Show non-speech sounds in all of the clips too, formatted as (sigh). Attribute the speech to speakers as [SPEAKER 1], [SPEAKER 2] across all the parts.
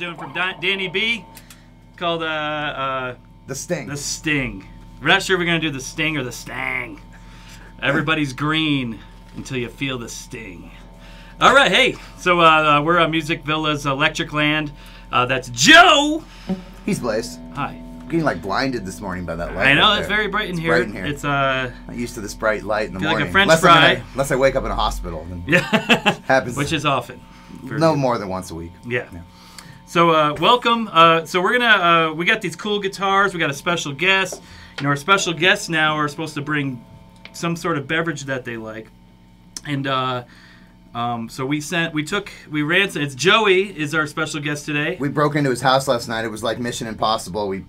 [SPEAKER 1] (laughs)
[SPEAKER 2] from Dan- Danny B called uh, uh,
[SPEAKER 1] The sting.
[SPEAKER 2] The Sting. We're not sure if we're going to do the Sting or the Stang. Everybody's green until you feel the sting. All right, hey. So uh, uh, we're at Music Villa's Electric Land. Uh, that's Joe.
[SPEAKER 1] He's blazed.
[SPEAKER 2] Hi.
[SPEAKER 1] I'm getting like blinded this bright light up there.
[SPEAKER 2] I know it's very bright in here.
[SPEAKER 1] bright in here.
[SPEAKER 2] It's uh (laughs)
[SPEAKER 1] Not used to this bright light in the
[SPEAKER 2] Feel like a
[SPEAKER 1] morning.
[SPEAKER 2] french
[SPEAKER 1] unless, I'm in
[SPEAKER 2] fry.
[SPEAKER 1] a- unless I wake up in a hospital. Then
[SPEAKER 2] yeah,
[SPEAKER 1] happens
[SPEAKER 2] which is often. for-
[SPEAKER 1] no more than once a week.
[SPEAKER 2] Yeah.
[SPEAKER 1] Yeah.
[SPEAKER 2] So uh, welcome. Uh, so we're gonna uh, we got these cool guitars. We got a special guest. You know, our special guests now are supposed to bring some sort of beverage that they like, and uh, um, so we sent we took we ran. It's Joey is our special guest today.
[SPEAKER 1] We broke into his house last night. It was like Mission Impossible. We (laughs)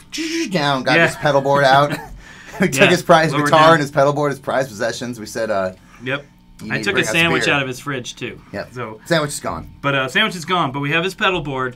[SPEAKER 1] down, got
[SPEAKER 2] Yeah.
[SPEAKER 1] his
[SPEAKER 2] (laughs)
[SPEAKER 1] pedal board out. (laughs) we
[SPEAKER 2] Yeah,
[SPEAKER 1] took his prized
[SPEAKER 2] lower
[SPEAKER 1] guitar
[SPEAKER 2] down.
[SPEAKER 1] and his pedal board, his prized possessions. We said, uh,
[SPEAKER 2] yep.
[SPEAKER 1] you need
[SPEAKER 2] I
[SPEAKER 1] to
[SPEAKER 2] took a
[SPEAKER 1] bring us
[SPEAKER 2] sandwich
[SPEAKER 1] beer.
[SPEAKER 2] out of his fridge too.
[SPEAKER 1] Yep.
[SPEAKER 2] So
[SPEAKER 1] Sandwich is gone.
[SPEAKER 2] But uh, sandwich is gone. But we have his pedal
[SPEAKER 1] (laughs)
[SPEAKER 2] board,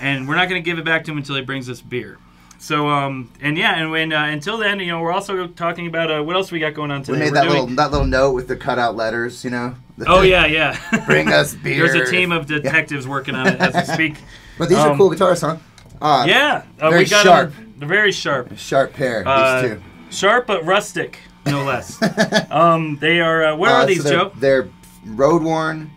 [SPEAKER 2] and we're not going to give it back to him until he brings us beer. So um and yeah and when uh, until then you know we're also talking about uh, what else we got going on
[SPEAKER 1] We
[SPEAKER 2] today.
[SPEAKER 1] made
[SPEAKER 2] We're
[SPEAKER 1] that
[SPEAKER 2] doing-
[SPEAKER 1] little that little note with the cutout letters, you know. (laughs)
[SPEAKER 2] Oh yeah, yeah.
[SPEAKER 1] Bring us beer.
[SPEAKER 2] (laughs) There's a team of detectives working on it as
[SPEAKER 1] (laughs)
[SPEAKER 2] we speak.
[SPEAKER 1] But these
[SPEAKER 2] um,
[SPEAKER 1] are cool guitars, huh? Uh,
[SPEAKER 2] Yeah, uh,
[SPEAKER 1] Very
[SPEAKER 2] we got
[SPEAKER 1] sharp.
[SPEAKER 2] them- They're very sharp,
[SPEAKER 1] Sharp pair.
[SPEAKER 2] Uh,
[SPEAKER 1] these two.
[SPEAKER 2] sharp but rustic,
[SPEAKER 1] (laughs)
[SPEAKER 2] no less. um, they are. Uh, what
[SPEAKER 1] Uh,
[SPEAKER 2] are
[SPEAKER 1] so
[SPEAKER 2] these,
[SPEAKER 1] they're,
[SPEAKER 2] Joe?
[SPEAKER 1] They're road worn,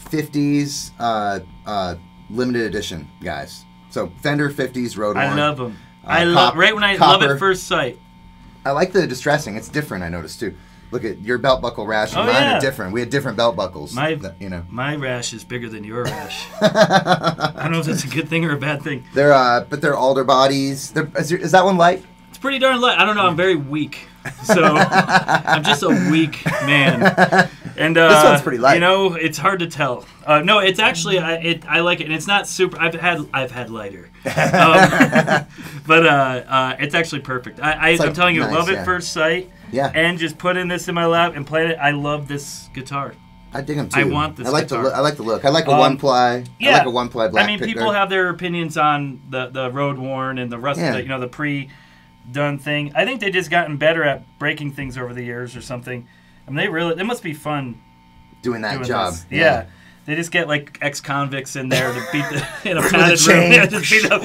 [SPEAKER 1] fifties, uh, uh, limited edition guys. So Fender fifties road worn.
[SPEAKER 2] I love them. I love
[SPEAKER 1] Uh, cop-
[SPEAKER 2] right when I love
[SPEAKER 1] copper.
[SPEAKER 2] at first sight.
[SPEAKER 1] I like the distressing. It's different. I noticed too. Look at your belt buckle rash and
[SPEAKER 2] Oh,
[SPEAKER 1] mine
[SPEAKER 2] yeah.
[SPEAKER 1] are different. We had different belt buckles.
[SPEAKER 2] My-
[SPEAKER 1] th- you know,
[SPEAKER 2] My rash is bigger than your
[SPEAKER 1] (laughs)
[SPEAKER 2] rash. I don't know if that's a good thing or a bad thing.
[SPEAKER 1] they're uh, but they're alder bodies. They're, is, your- is that one light?
[SPEAKER 2] It's pretty darn light. I don't know. I'm very weak,
[SPEAKER 1] (laughs)
[SPEAKER 2] so I'm just a weak man. And uh,
[SPEAKER 1] one's pretty light.
[SPEAKER 2] You know, it's hard to tell. Uh, no, it's actually I it, I like it, and it's not super. I've had I've had lighter,
[SPEAKER 1] (laughs)
[SPEAKER 2] um, but uh, uh, it's actually perfect. I, I I'm
[SPEAKER 1] like
[SPEAKER 2] telling you,
[SPEAKER 1] nice,
[SPEAKER 2] love
[SPEAKER 1] yeah.
[SPEAKER 2] at first sight.
[SPEAKER 1] Yeah.
[SPEAKER 2] And just putting this in my lap and playing it. I love this guitar.
[SPEAKER 1] I dig them too.
[SPEAKER 2] I want this
[SPEAKER 1] I like
[SPEAKER 2] guitar.
[SPEAKER 1] the look. I like the look. I like a
[SPEAKER 2] Um,
[SPEAKER 1] one ply. I like a one ply black.
[SPEAKER 2] I mean,
[SPEAKER 1] picker.
[SPEAKER 2] people have their opinions on the the road worn and the rust,
[SPEAKER 1] Yeah.
[SPEAKER 2] the, you know, the pre done thing. I think they just gotten better at breaking things over the years or something. I mean, they really it must be fun
[SPEAKER 1] doing that
[SPEAKER 2] doing
[SPEAKER 1] job.
[SPEAKER 2] this. Yeah. They just get like ex convicts in there to beat the (laughs) in a
[SPEAKER 1] With
[SPEAKER 2] padded
[SPEAKER 1] a
[SPEAKER 2] room. (laughs)
[SPEAKER 1] chain.
[SPEAKER 2] Yeah, just beat them.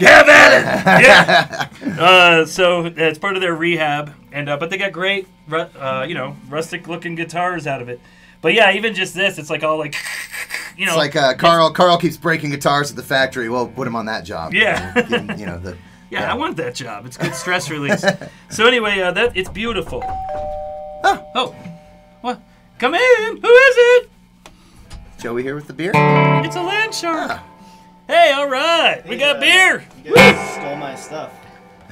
[SPEAKER 2] Have at
[SPEAKER 1] (laughs)
[SPEAKER 2] it. Yeah. Uh, so it's part of their rehab, and uh, but they got great, ru- uh, you know, rustic looking guitars out of it. But yeah, even just this, it's like all like, (laughs) you know,
[SPEAKER 1] It's like uh, Carl. Carl keeps breaking guitars at the factory. Well, put him on that job.
[SPEAKER 2] Yeah.
[SPEAKER 1] You know, give him, you know the.
[SPEAKER 2] (laughs) Yeah, I want that job. It's good stress
[SPEAKER 1] (laughs)
[SPEAKER 2] release. so anyway, uh, that it's beautiful. Oh, oh, what? Come in. Who is it?
[SPEAKER 1] Joey here with the beer.
[SPEAKER 2] It's a land shark. Hey, all right, we got
[SPEAKER 3] uh,
[SPEAKER 2] beer.
[SPEAKER 3] You guys stole my stuff.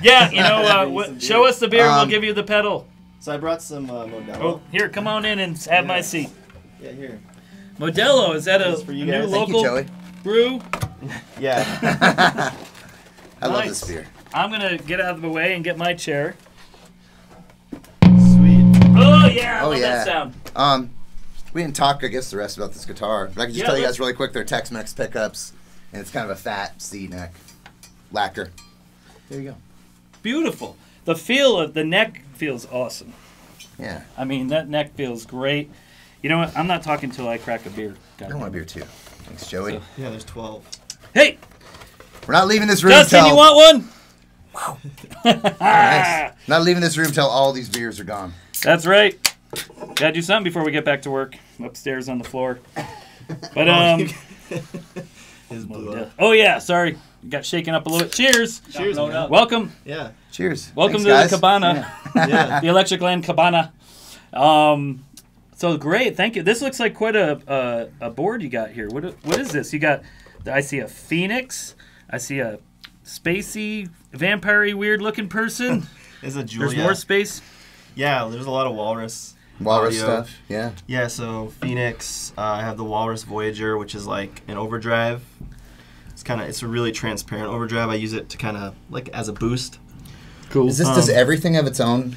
[SPEAKER 2] Yeah, you know, uh,
[SPEAKER 3] (laughs) Need
[SPEAKER 2] what-
[SPEAKER 3] some beer.
[SPEAKER 2] show us the beer. we'll
[SPEAKER 1] Um,
[SPEAKER 2] give you the pedal.
[SPEAKER 3] So I brought some uh, Modelo.
[SPEAKER 2] Oh, here, come on in and have my seat.
[SPEAKER 3] Yeah, here.
[SPEAKER 2] Modelo, is that a,
[SPEAKER 3] This is for you
[SPEAKER 2] a new
[SPEAKER 3] guys.
[SPEAKER 1] Thank
[SPEAKER 2] local
[SPEAKER 1] you, Joey.
[SPEAKER 2] brew?
[SPEAKER 3] Yeah.
[SPEAKER 1] I love
[SPEAKER 2] Nice.
[SPEAKER 1] this beer.
[SPEAKER 2] I'm gonna get out of the way and get my chair.
[SPEAKER 3] (laughs) Sweet.
[SPEAKER 2] Oh yeah, I
[SPEAKER 1] Oh,
[SPEAKER 2] love
[SPEAKER 1] yeah.
[SPEAKER 2] that sound.
[SPEAKER 1] Um, we didn't talk, I guess, the rest about this guitar, but I can just
[SPEAKER 2] Yeah,
[SPEAKER 1] tell you
[SPEAKER 2] let's-
[SPEAKER 1] guys really quick. They're Tex-Mex pickups, and it's kind of a fat C-neck lacquer. There you go.
[SPEAKER 2] Beautiful. The feel of the neck feels awesome.
[SPEAKER 1] Yeah,
[SPEAKER 2] I mean, that neck feels great. You know what? I'm not talking till I crack a beer.
[SPEAKER 1] I want a beer too. Thanks, Joey.
[SPEAKER 3] Yeah, there's 12.
[SPEAKER 2] Hey,
[SPEAKER 1] We're not leaving this room
[SPEAKER 2] Justin,
[SPEAKER 1] till
[SPEAKER 2] you want one?
[SPEAKER 1] Nice. not leaving this room till all these beers are gone.
[SPEAKER 2] That's right. Gotta do something before we get back to work upstairs on the floor. But
[SPEAKER 3] Oh,
[SPEAKER 2] um,
[SPEAKER 3] (laughs) His blue
[SPEAKER 2] yeah.
[SPEAKER 3] up.
[SPEAKER 2] (laughs) oh yeah, sorry, got shaken up a little bit. Cheers.
[SPEAKER 3] Cheers, man.
[SPEAKER 2] Welcome,
[SPEAKER 3] Yeah.
[SPEAKER 1] Cheers.
[SPEAKER 2] welcome to
[SPEAKER 1] Thanks, guys.
[SPEAKER 2] the cabana,
[SPEAKER 1] (laughs)
[SPEAKER 3] Yeah.
[SPEAKER 2] the Electric Land Cabana. Um, so great, thank you. This looks like quite a a, a board you got here. What what is this? You got? I see a phoenix. I see a spacey, vampire, weird looking person.
[SPEAKER 1] (laughs)
[SPEAKER 3] There's a Julia.
[SPEAKER 2] There's more space.
[SPEAKER 3] yeah, there's a lot of walrus.
[SPEAKER 1] Walrus
[SPEAKER 3] audio.
[SPEAKER 1] stuff. Yeah.
[SPEAKER 3] Yeah, so Phoenix, uh, I have the Walrus Voyager, which is like an overdrive. It's kind of it's a really transparent overdrive. I use it to kind of like as a boost. Um,
[SPEAKER 2] Cool.
[SPEAKER 1] Is this does everything have its own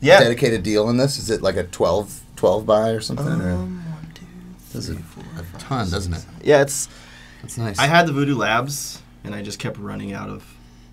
[SPEAKER 3] Yeah.
[SPEAKER 1] dedicated deal in this? Is it like a 12, 12 by or something? or
[SPEAKER 3] Um, one, two,
[SPEAKER 1] does it a ton, doesn't it?
[SPEAKER 3] yeah, it's
[SPEAKER 1] That's nice.
[SPEAKER 3] I had the Voodoo Labs and I just kept running out of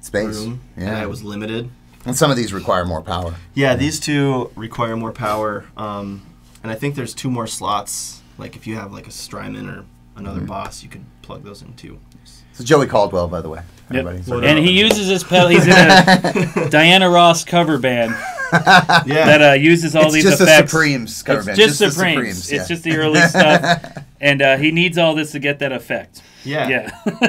[SPEAKER 1] Space.
[SPEAKER 3] room and
[SPEAKER 1] Yeah.
[SPEAKER 3] I was limited.
[SPEAKER 1] and some of these require more power.
[SPEAKER 3] Yeah, these two require more power, um, and I think there's two
[SPEAKER 1] Mm-hmm. (laughs)
[SPEAKER 3] more slots. Like if you have like a Strymon or another boss, you could plug those in too.
[SPEAKER 1] So It's Joey Caldwell, by the way.
[SPEAKER 2] Yep.
[SPEAKER 1] Everybody.
[SPEAKER 3] Well
[SPEAKER 1] Sorry.
[SPEAKER 3] done.
[SPEAKER 2] And he uses his pedal. He's in
[SPEAKER 1] (laughs)
[SPEAKER 2] a Diana Ross cover band
[SPEAKER 3] Yeah.
[SPEAKER 2] that uh, uses all
[SPEAKER 1] it's
[SPEAKER 2] these
[SPEAKER 1] just
[SPEAKER 2] effects.
[SPEAKER 1] a Supremes cover
[SPEAKER 2] it's
[SPEAKER 1] band.
[SPEAKER 2] just,
[SPEAKER 1] the
[SPEAKER 2] Supremes.
[SPEAKER 1] yeah.
[SPEAKER 2] It's just the early stuff,
[SPEAKER 1] (laughs)
[SPEAKER 2] and uh, he needs all this to get that effect.
[SPEAKER 3] yeah.
[SPEAKER 2] Yeah, (laughs)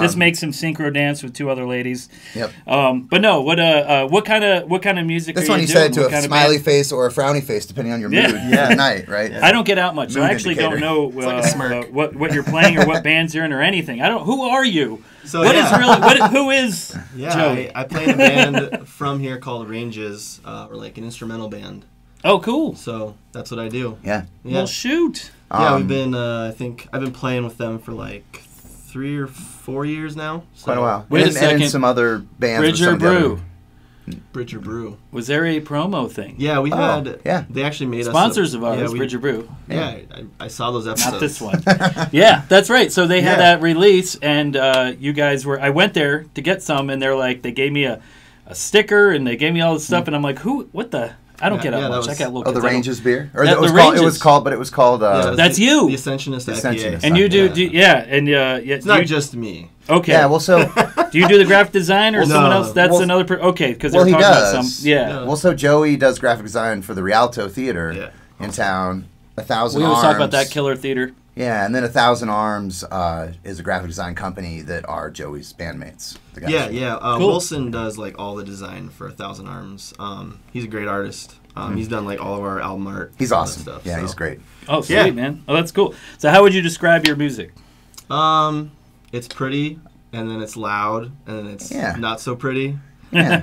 [SPEAKER 2] this
[SPEAKER 1] Um,
[SPEAKER 2] makes him synchro dance with two other ladies.
[SPEAKER 1] Yep.
[SPEAKER 2] Um, but no, what uh, uh what kind of what kind of music?
[SPEAKER 1] That's
[SPEAKER 2] are
[SPEAKER 1] when
[SPEAKER 2] you
[SPEAKER 1] you set it to
[SPEAKER 2] doing? What
[SPEAKER 1] a
[SPEAKER 2] kind of
[SPEAKER 1] smiley
[SPEAKER 2] band?
[SPEAKER 1] face or a frowny face, depending on your
[SPEAKER 2] Yeah.
[SPEAKER 1] mood
[SPEAKER 3] Yeah.
[SPEAKER 1] for the night, right?
[SPEAKER 3] Yeah.
[SPEAKER 2] I don't get out much, so
[SPEAKER 1] Mood
[SPEAKER 2] I actually
[SPEAKER 1] indicator.
[SPEAKER 2] don't know uh,
[SPEAKER 3] like a smirk.
[SPEAKER 2] uh, what what you're playing or what bands you're in or anything. I don't. Who are you?
[SPEAKER 3] So,
[SPEAKER 2] What is
[SPEAKER 3] Oh, yeah.
[SPEAKER 2] really?
[SPEAKER 3] (laughs)
[SPEAKER 2] What, who is?
[SPEAKER 3] Yeah,
[SPEAKER 2] Joey?
[SPEAKER 3] I, I play in a band (laughs) from here called Ranges, uh, or like an instrumental band.
[SPEAKER 2] Oh, cool.
[SPEAKER 3] So that's what I do.
[SPEAKER 1] Yeah.
[SPEAKER 3] Yeah,
[SPEAKER 2] Well, shoot.
[SPEAKER 3] yeah.
[SPEAKER 1] Um,
[SPEAKER 3] We've been, uh, I think, I've been playing with them for like three or four years now. So.
[SPEAKER 1] Quite a while.
[SPEAKER 2] Wait a
[SPEAKER 1] and, and in
[SPEAKER 2] second.
[SPEAKER 1] some other bands. with
[SPEAKER 2] Bridger
[SPEAKER 1] some of the other-
[SPEAKER 2] Brew.
[SPEAKER 3] Bridger Brew.
[SPEAKER 2] Was there a promo thing?
[SPEAKER 3] Yeah, we
[SPEAKER 1] Oh,
[SPEAKER 3] had.
[SPEAKER 1] yeah.
[SPEAKER 3] They actually made
[SPEAKER 2] Sponsors
[SPEAKER 3] us a-
[SPEAKER 2] of ours,
[SPEAKER 3] Yeah, we-
[SPEAKER 2] Bridger Brew.
[SPEAKER 3] Yeah, I, I saw those episodes.
[SPEAKER 2] Not this
[SPEAKER 3] (laughs)
[SPEAKER 2] one. yeah, that's right. So they had
[SPEAKER 3] Yeah.
[SPEAKER 2] that release, and uh, you guys were. I went there to get some, and they're like, they gave me a, a sticker, and they gave me all this stuff, and I'm like, who? What the? I don't
[SPEAKER 3] Mm. Yeah,
[SPEAKER 2] get out
[SPEAKER 3] yeah, that
[SPEAKER 2] much. I
[SPEAKER 3] was-
[SPEAKER 2] got little.
[SPEAKER 1] Oh, the
[SPEAKER 2] kids. I don't-
[SPEAKER 1] Ranges beer, or
[SPEAKER 2] That-
[SPEAKER 1] that, was
[SPEAKER 2] the
[SPEAKER 1] called. It was
[SPEAKER 2] Ranges.
[SPEAKER 1] called, but it was called.
[SPEAKER 3] Yeah, it
[SPEAKER 1] Uh,
[SPEAKER 3] was
[SPEAKER 2] that- That's
[SPEAKER 3] the,
[SPEAKER 2] you.
[SPEAKER 3] The Ascensionist.
[SPEAKER 1] The
[SPEAKER 3] IPA.
[SPEAKER 1] Ascensionist.
[SPEAKER 2] And you do,
[SPEAKER 3] Yeah.
[SPEAKER 2] do yeah, and uh, yeah,
[SPEAKER 3] It's not
[SPEAKER 2] you,
[SPEAKER 3] just me.
[SPEAKER 2] okay.
[SPEAKER 1] yeah. Well, so
[SPEAKER 2] (laughs) do you do the graphic design or
[SPEAKER 3] Well,
[SPEAKER 2] someone
[SPEAKER 3] no.
[SPEAKER 2] else? That's
[SPEAKER 1] Well,
[SPEAKER 2] another. Per- okay, because
[SPEAKER 1] well,
[SPEAKER 2] they're
[SPEAKER 1] he
[SPEAKER 2] talking about
[SPEAKER 1] does.
[SPEAKER 2] some. Yeah,
[SPEAKER 3] Yeah.
[SPEAKER 1] Well, so Joey does graphic design for the Rialto Theater
[SPEAKER 3] Yeah.
[SPEAKER 1] in town. A thousand.
[SPEAKER 2] we always talk about
[SPEAKER 1] Arms.
[SPEAKER 2] that killer theater.
[SPEAKER 1] Yeah, and then a thousand arms uh, is a graphic design company that are Joey's bandmates. The guys.
[SPEAKER 3] Yeah, yeah. Uh,
[SPEAKER 2] Cool.
[SPEAKER 3] Wilson does like all the design for A Thousand Arms. Um, he's a great artist. Um, He's done like all of our album art.
[SPEAKER 1] Hmm. He's
[SPEAKER 3] all that
[SPEAKER 1] awesome. yeah,
[SPEAKER 3] so.
[SPEAKER 1] he's
[SPEAKER 3] (laughs)
[SPEAKER 1] great.
[SPEAKER 2] Oh, sweet
[SPEAKER 3] Yeah.
[SPEAKER 2] man. Oh, that's cool. So, how would you describe your music?
[SPEAKER 3] Um, it's pretty, and then it's loud, and then it's
[SPEAKER 1] Yeah.
[SPEAKER 3] not so pretty.
[SPEAKER 2] (laughs)
[SPEAKER 1] Yeah.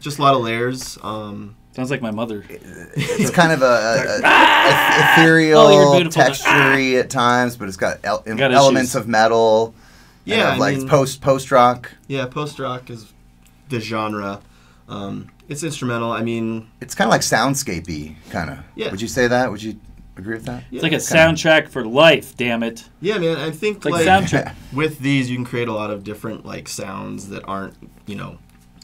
[SPEAKER 1] (laughs)
[SPEAKER 3] just a lot of layers. Um,
[SPEAKER 2] Sounds like my mother.
[SPEAKER 1] It's kind of a, a,
[SPEAKER 3] (laughs)
[SPEAKER 1] a-
[SPEAKER 3] Ah!
[SPEAKER 1] a- ethereal,
[SPEAKER 2] Oh, you're beautiful.
[SPEAKER 1] textury at times, but it's got, el-
[SPEAKER 2] Got
[SPEAKER 1] elements
[SPEAKER 2] issues.
[SPEAKER 1] of metal. and
[SPEAKER 3] yeah,
[SPEAKER 1] of,
[SPEAKER 3] I
[SPEAKER 1] like
[SPEAKER 3] mean,
[SPEAKER 1] post post rock.
[SPEAKER 3] yeah. Post rock is the genre. Um, it's instrumental. I mean,
[SPEAKER 1] It's kind of like soundscapey, kind of.
[SPEAKER 3] Yeah.
[SPEAKER 1] Would you say that? Would you agree with that?
[SPEAKER 2] It's like a soundtrack for life. Damn it.
[SPEAKER 3] yeah, man. I think
[SPEAKER 2] like
[SPEAKER 1] (laughs)
[SPEAKER 3] like,
[SPEAKER 2] soundtrack.
[SPEAKER 3] with these, you can create a lot of different like sounds that aren't you know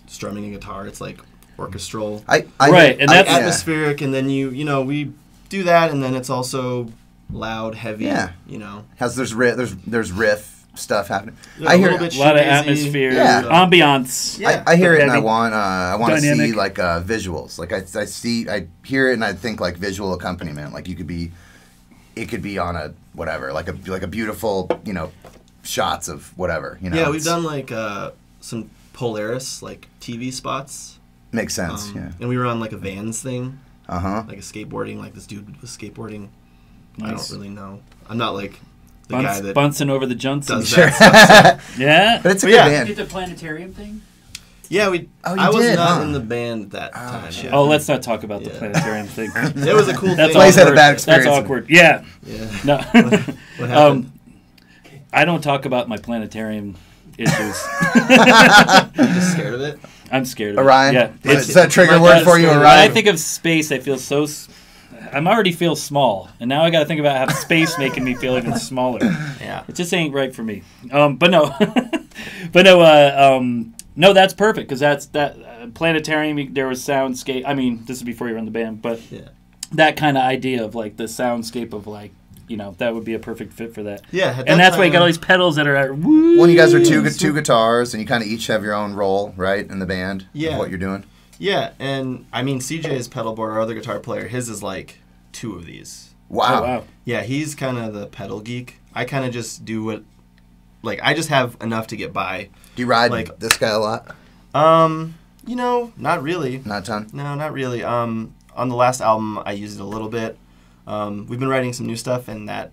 [SPEAKER 3] strumming a guitar. It's like orchestral.
[SPEAKER 1] I, I
[SPEAKER 2] Right, and
[SPEAKER 1] I-
[SPEAKER 2] that's-
[SPEAKER 1] yeah.
[SPEAKER 3] atmospheric and then you you know we do that and then it's also loud heavy
[SPEAKER 1] Yeah.
[SPEAKER 3] you know
[SPEAKER 1] Has there's riff, there's there's riff stuff happening.
[SPEAKER 3] Yeah,
[SPEAKER 1] I
[SPEAKER 3] a
[SPEAKER 1] hear
[SPEAKER 3] little bit
[SPEAKER 2] A lot of
[SPEAKER 3] Shoegazy.
[SPEAKER 2] atmosphere,
[SPEAKER 1] Yeah.
[SPEAKER 2] ambiance.
[SPEAKER 3] yeah
[SPEAKER 1] I, I hear it and I
[SPEAKER 2] Heavy.
[SPEAKER 1] want uh, I want to see
[SPEAKER 2] Dynamic.
[SPEAKER 1] like uh, visuals. Like I, I see I hear it and I think like visual accompaniment. Like you could be, it could be on a whatever like a like a beautiful you know shots of whatever you know.
[SPEAKER 3] yeah we've
[SPEAKER 1] it's-
[SPEAKER 3] done like uh some polaris like tv spots
[SPEAKER 1] makes sense.
[SPEAKER 3] um,
[SPEAKER 1] yeah.
[SPEAKER 3] and we were on like a vans thing
[SPEAKER 1] Uh huh.
[SPEAKER 3] like a skateboarding like this dude was skateboarding i
[SPEAKER 2] Nice.
[SPEAKER 3] don't really know i'm not like the
[SPEAKER 2] Bunce-
[SPEAKER 3] guy that
[SPEAKER 2] Bunsen over the Johnson.
[SPEAKER 3] does
[SPEAKER 1] Sure.
[SPEAKER 3] that
[SPEAKER 2] (laughs)
[SPEAKER 1] (laughs)
[SPEAKER 3] stuff.
[SPEAKER 2] Yeah.
[SPEAKER 1] but it's a
[SPEAKER 3] But
[SPEAKER 1] good
[SPEAKER 3] yeah.
[SPEAKER 1] band.
[SPEAKER 4] Did the planetarium thing?
[SPEAKER 3] yeah we
[SPEAKER 1] Oh, you
[SPEAKER 3] i was
[SPEAKER 1] did,
[SPEAKER 3] not
[SPEAKER 1] huh?
[SPEAKER 3] in the band at that time
[SPEAKER 1] shit.
[SPEAKER 2] Oh, let's not talk about the
[SPEAKER 3] Yeah.
[SPEAKER 2] planetarium
[SPEAKER 3] (laughs)
[SPEAKER 2] thing.
[SPEAKER 3] it was a cool
[SPEAKER 2] That's
[SPEAKER 3] thing
[SPEAKER 1] Blaze had a
[SPEAKER 2] awkward.
[SPEAKER 1] bad
[SPEAKER 2] That's
[SPEAKER 1] experience.
[SPEAKER 2] awkward. Yeah.
[SPEAKER 3] yeah
[SPEAKER 1] (laughs)
[SPEAKER 2] No. (laughs)
[SPEAKER 3] what happened
[SPEAKER 2] um, I don't talk about my planetarium
[SPEAKER 1] (laughs)
[SPEAKER 2] issues.
[SPEAKER 3] you just scared
[SPEAKER 2] (laughs)
[SPEAKER 3] of it
[SPEAKER 2] I'm scared of it.
[SPEAKER 1] Orion.
[SPEAKER 2] Yeah.
[SPEAKER 1] Is that a trigger
[SPEAKER 2] my
[SPEAKER 1] word
[SPEAKER 2] God,
[SPEAKER 1] for you,
[SPEAKER 2] when I
[SPEAKER 1] Orion?
[SPEAKER 2] think of space, I feel so. s- I'm already feel small, and now I got to think about how space making me feel even smaller.
[SPEAKER 3] yeah
[SPEAKER 2] It just ain't right for me. Um, but no, (laughs) but no, uh, um, no, that's perfect because that's that uh, planetarium. you- There was soundscape. I mean, this is before you were in the band, but
[SPEAKER 3] yeah
[SPEAKER 2] that kind of idea of like the soundscape of like you know that would be a perfect fit for that.
[SPEAKER 3] yeah at that
[SPEAKER 2] and that's why you got
[SPEAKER 3] time-
[SPEAKER 2] all these pedals that are. Woo,
[SPEAKER 1] Well, you guys are two gu- two guitars, and you kind of each have your own role, right, in the band. of
[SPEAKER 3] Yeah.
[SPEAKER 1] what you're doing.
[SPEAKER 2] Oh,
[SPEAKER 3] Yeah, and I mean CJ's pedal board, our other guitar player, his is like two of these.
[SPEAKER 2] Oh,
[SPEAKER 1] Wow.
[SPEAKER 2] wow.
[SPEAKER 3] Yeah, he's kind of the pedal geek. I kind of just do what, like I just have enough to get by.
[SPEAKER 1] Do you ride
[SPEAKER 3] Like-
[SPEAKER 1] this guy a lot?
[SPEAKER 3] Um, you know, not really.
[SPEAKER 1] Not a ton.
[SPEAKER 3] No, not really. Um, on the last album, I used it a little bit. Um, we've been writing some new stuff, and that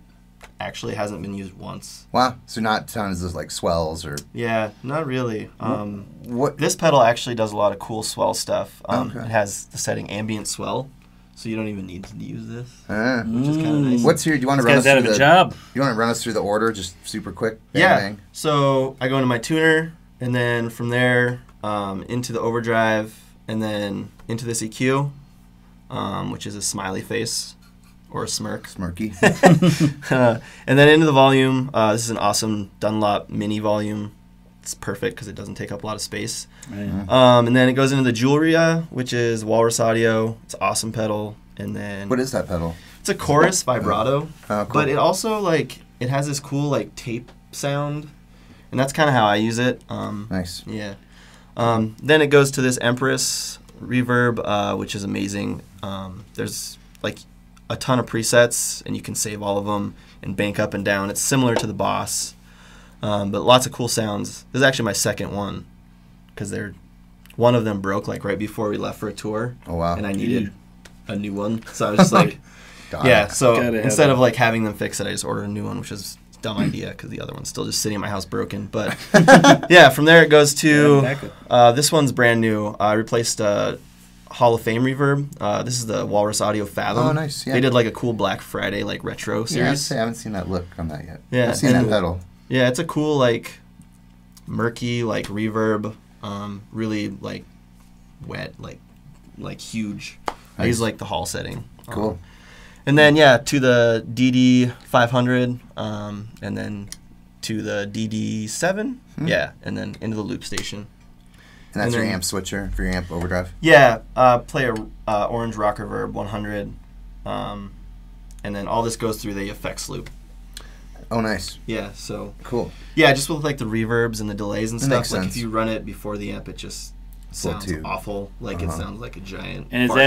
[SPEAKER 3] actually hasn't been used once.
[SPEAKER 1] Wow. So not tons of like swells or
[SPEAKER 3] Yeah, not really. Um,
[SPEAKER 1] what?
[SPEAKER 3] This pedal actually does a lot of cool swell stuff. Um,
[SPEAKER 1] Okay.
[SPEAKER 3] It has the setting ambient swell, so you don't even need to use this.
[SPEAKER 1] Uh,
[SPEAKER 3] which is kind of nice.
[SPEAKER 1] what's your? Do you want to
[SPEAKER 2] Mm. This
[SPEAKER 1] run
[SPEAKER 2] guy's
[SPEAKER 1] us
[SPEAKER 2] out
[SPEAKER 1] through
[SPEAKER 2] of a
[SPEAKER 1] the?
[SPEAKER 2] job.
[SPEAKER 1] You want to run us through the order, just super quick. Bang,
[SPEAKER 3] yeah?
[SPEAKER 1] Bang.
[SPEAKER 3] So I go into my tuner, and then from there um, into the overdrive, and then into this EQ, um, which is a smiley face or a smirk, (laughs)
[SPEAKER 1] Smirky.
[SPEAKER 3] and then into the volume. Uh, this is an awesome Dunlop mini volume. It's perfect because it doesn't take up a lot of space. Um, and then it goes into the Jewelria, which is Walrus Audio. It's an awesome pedal. And
[SPEAKER 1] (laughs)
[SPEAKER 3] then
[SPEAKER 1] what is that pedal?
[SPEAKER 3] it's a chorus vibrato,
[SPEAKER 1] Oh, cool.
[SPEAKER 3] but it also like it has this cool like tape sound, and and that's kind of how I use it. Um,
[SPEAKER 1] Nice.
[SPEAKER 3] yeah. Um, then it goes to this Empress reverb, uh, which is amazing. Um, there's like a ton of presets, and you can save all of them and bank up and down. It's similar to the Boss, um, but lots of cool sounds. This is actually my second one because they're one of them broke like right before we left for a tour,
[SPEAKER 1] Oh wow.
[SPEAKER 3] and I needed a new one, so I was just like,
[SPEAKER 4] Ah,
[SPEAKER 3] (laughs)
[SPEAKER 1] Got
[SPEAKER 3] yeah.
[SPEAKER 1] it. (laughs)
[SPEAKER 3] So
[SPEAKER 4] Gotta have
[SPEAKER 3] instead
[SPEAKER 4] it.
[SPEAKER 3] of like having them fix it, I just ordered a new one, which is a dumb idea because the other one's still just sitting in my house broken.
[SPEAKER 4] (laughs)
[SPEAKER 3] But yeah, from there it goes
[SPEAKER 4] Yeah,
[SPEAKER 3] to
[SPEAKER 4] exactly.
[SPEAKER 3] uh, this one's brand new. I replaced a Hall of Fame reverb. Uh, this is the Walrus Audio Fathom.
[SPEAKER 1] Oh, nice, yeah.
[SPEAKER 3] They did like a cool Black Friday like retro
[SPEAKER 1] Yeah, I'd
[SPEAKER 3] series.
[SPEAKER 1] say I haven't seen that look on that yet.
[SPEAKER 3] Yeah,
[SPEAKER 1] I've seen that
[SPEAKER 3] and-
[SPEAKER 1] pedal.
[SPEAKER 3] Yeah, it's a cool like murky like reverb, um, really like wet like like huge. I
[SPEAKER 1] Nice.
[SPEAKER 3] use like the hall setting.
[SPEAKER 1] Cool.
[SPEAKER 3] Um, and then yeah, to the DD 500, um, and then to the DD 7. Yeah, and then into the loop station.
[SPEAKER 1] And that's
[SPEAKER 3] and
[SPEAKER 1] your
[SPEAKER 3] then-
[SPEAKER 1] amp switcher for your amp overdrive.
[SPEAKER 3] Yeah, uh, play a uh, orange rock reverb 100, um, and then all this goes through the effects loop.
[SPEAKER 1] Oh, nice.
[SPEAKER 3] Yeah, so (laughs)
[SPEAKER 1] Cool. (laughs)
[SPEAKER 3] Yeah, just with like the reverbs and the delays and
[SPEAKER 1] That
[SPEAKER 3] stuff.
[SPEAKER 1] makes
[SPEAKER 3] Like
[SPEAKER 1] sense.
[SPEAKER 3] if you run it before the amp, it just sounds
[SPEAKER 1] tube.
[SPEAKER 3] awful. Like it
[SPEAKER 1] Uh-huh.
[SPEAKER 3] sounds like a giant.
[SPEAKER 2] And is
[SPEAKER 3] fart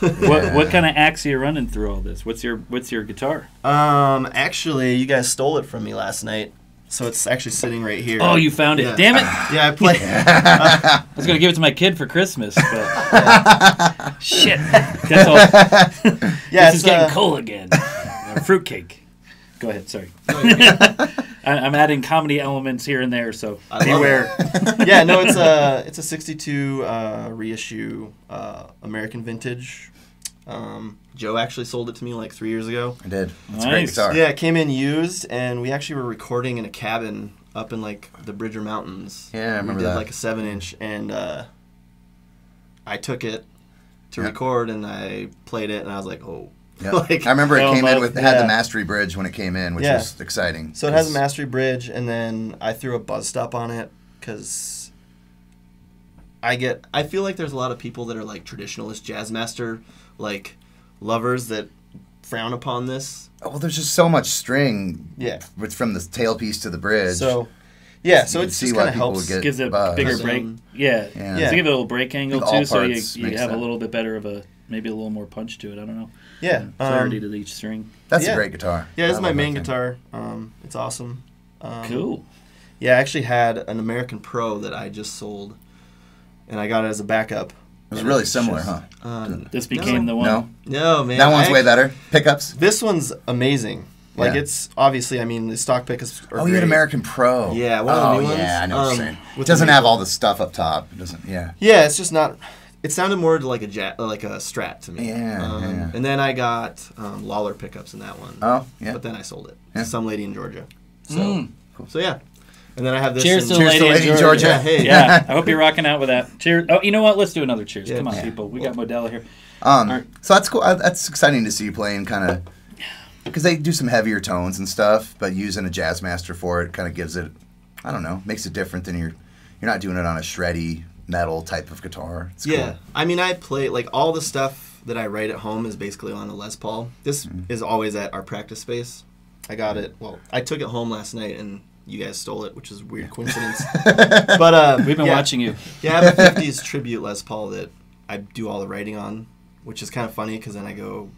[SPEAKER 2] that-
[SPEAKER 1] (laughs)
[SPEAKER 3] noise. (laughs)
[SPEAKER 2] What what
[SPEAKER 1] Yeah.
[SPEAKER 2] kind of axe are you running through all this? What's your what's your guitar?
[SPEAKER 3] um, actually, you guys stole it from me last night, so it's actually sitting right here.
[SPEAKER 2] Oh, you found it!
[SPEAKER 3] Yeah.
[SPEAKER 2] Damn it! I
[SPEAKER 3] Yeah, I play.
[SPEAKER 2] was gonna give it to my kid for Christmas, but shit. That's all.
[SPEAKER 3] (laughs) yeah,
[SPEAKER 2] this is
[SPEAKER 3] it's, uh,
[SPEAKER 2] getting cold again. Uh, Fruitcake. Go ahead. Sorry. I, I'm adding comedy elements here and there, so
[SPEAKER 3] I love
[SPEAKER 2] beware.
[SPEAKER 1] (laughs)
[SPEAKER 3] (laughs) yeah, no, it's a it's a '62 uh, reissue uh, American vintage. Um, Joe actually sold it to me like three years ago.
[SPEAKER 1] I did. That's a great
[SPEAKER 2] Nice.
[SPEAKER 1] guitar.
[SPEAKER 3] Yeah, it came in used, and we actually were recording in a cabin up in like the Bridger Mountains.
[SPEAKER 1] Yeah, I remember
[SPEAKER 3] we did
[SPEAKER 1] that.
[SPEAKER 3] like a seven inch, and uh, I took it to
[SPEAKER 1] Yeah.
[SPEAKER 3] record, and I played it, and I was like, oh,
[SPEAKER 1] Yeah.
[SPEAKER 3] (laughs) like.
[SPEAKER 1] I remember it
[SPEAKER 2] Oh,
[SPEAKER 1] came
[SPEAKER 2] my-
[SPEAKER 1] in with had
[SPEAKER 3] yeah.
[SPEAKER 1] the mastery bridge when it came in, which
[SPEAKER 3] Yeah.
[SPEAKER 1] was exciting.
[SPEAKER 3] so it has a
[SPEAKER 1] 'cause-
[SPEAKER 3] mastery bridge, and then I threw a buzz stop on it because I get I feel like there's a lot of people that are like traditionalist jazz master like lovers that frown upon this.
[SPEAKER 1] Oh, well, there's just so much string.
[SPEAKER 3] Yeah.
[SPEAKER 1] With from the tailpiece to the bridge.
[SPEAKER 3] So yeah, so
[SPEAKER 1] You
[SPEAKER 3] it
[SPEAKER 1] can
[SPEAKER 3] just
[SPEAKER 1] see
[SPEAKER 3] kind
[SPEAKER 1] why
[SPEAKER 3] of
[SPEAKER 1] people
[SPEAKER 3] helps.
[SPEAKER 1] would get
[SPEAKER 2] Gives it a
[SPEAKER 1] Buzz.
[SPEAKER 2] bigger
[SPEAKER 3] Awesome.
[SPEAKER 2] break. Yeah.
[SPEAKER 1] Yeah.
[SPEAKER 2] Does it give it a little break angle
[SPEAKER 1] All
[SPEAKER 2] too, so you,
[SPEAKER 1] parts
[SPEAKER 2] you
[SPEAKER 1] makes
[SPEAKER 2] have a
[SPEAKER 1] sense.
[SPEAKER 2] little bit better of a maybe a little more punch to it. I don't know
[SPEAKER 3] yeah, um,
[SPEAKER 2] Mm-hmm. clarity to each string.
[SPEAKER 1] That's
[SPEAKER 3] Yeah.
[SPEAKER 1] a great guitar.
[SPEAKER 3] Yeah, this
[SPEAKER 1] I
[SPEAKER 3] is my
[SPEAKER 1] love that
[SPEAKER 3] main
[SPEAKER 1] thing.
[SPEAKER 3] guitar. Um, it's awesome. Um,
[SPEAKER 2] Cool.
[SPEAKER 3] Yeah, I actually had an American Pro that I just sold, and I got it as a backup.
[SPEAKER 1] It was really similar, huh?
[SPEAKER 3] Um,
[SPEAKER 2] This became the one.
[SPEAKER 1] No,
[SPEAKER 3] no man,
[SPEAKER 1] that one's
[SPEAKER 3] I
[SPEAKER 1] way
[SPEAKER 3] act-
[SPEAKER 1] better. Pickups.
[SPEAKER 3] This one's amazing. Like
[SPEAKER 1] Yeah.
[SPEAKER 3] it's obviously, I mean, the stock pickups are
[SPEAKER 1] Oh, you had
[SPEAKER 3] great.
[SPEAKER 1] American Pro.
[SPEAKER 3] Yeah, one of the
[SPEAKER 1] oh,
[SPEAKER 3] new ones.
[SPEAKER 1] yeah, I know what
[SPEAKER 3] Um,
[SPEAKER 1] you're saying. It
[SPEAKER 3] with
[SPEAKER 1] doesn't
[SPEAKER 3] the-
[SPEAKER 1] have all the stuff up top. It doesn't. Yeah.
[SPEAKER 3] Yeah, it's just not. It sounded more like a ja- like a Strat to me.
[SPEAKER 1] Yeah,
[SPEAKER 3] um,
[SPEAKER 1] yeah.
[SPEAKER 3] And then I got um, Lawler pickups in that one.
[SPEAKER 1] Oh, yeah.
[SPEAKER 3] But then I sold it
[SPEAKER 1] Yeah.
[SPEAKER 3] to some lady in Georgia. So,
[SPEAKER 2] Mm.
[SPEAKER 3] so yeah. And then I have this.
[SPEAKER 2] Cheers
[SPEAKER 3] in-
[SPEAKER 2] to the
[SPEAKER 1] Cheers to
[SPEAKER 2] Lady in
[SPEAKER 1] Lady in
[SPEAKER 2] Georgia.
[SPEAKER 1] Georgia.
[SPEAKER 3] Yeah, hey.
[SPEAKER 2] yeah, I hope you're rocking out with that. Cheers. Oh, you know what? Let's do another cheers.
[SPEAKER 3] Yeah.
[SPEAKER 2] Come on,
[SPEAKER 1] Yeah.
[SPEAKER 2] people. We got Modella here.
[SPEAKER 1] Um,
[SPEAKER 2] Alright.
[SPEAKER 1] So that's cool. I, that's exciting to see you playing kind of because they do some heavier tones and stuff, but using a jazz master for it kind of gives it, I don't know, makes it different than your. You're not doing it on a shreddy metal type of guitar. It's
[SPEAKER 3] Yeah,
[SPEAKER 1] cool.
[SPEAKER 3] I mean, I play like all the stuff that I write at home is basically on a Les Paul. This
[SPEAKER 1] Mm-hmm.
[SPEAKER 3] is always at our practice space. I got it. Well, I took it home last night, and you guys stole it, which is a
[SPEAKER 1] (laughs)
[SPEAKER 3] weird coincidence. but uh,
[SPEAKER 2] We've been
[SPEAKER 3] yeah,
[SPEAKER 2] watching you. (laughs)
[SPEAKER 3] Yeah, I have a '50s tribute Les Paul that I do all the writing on, which is kind of funny because then I go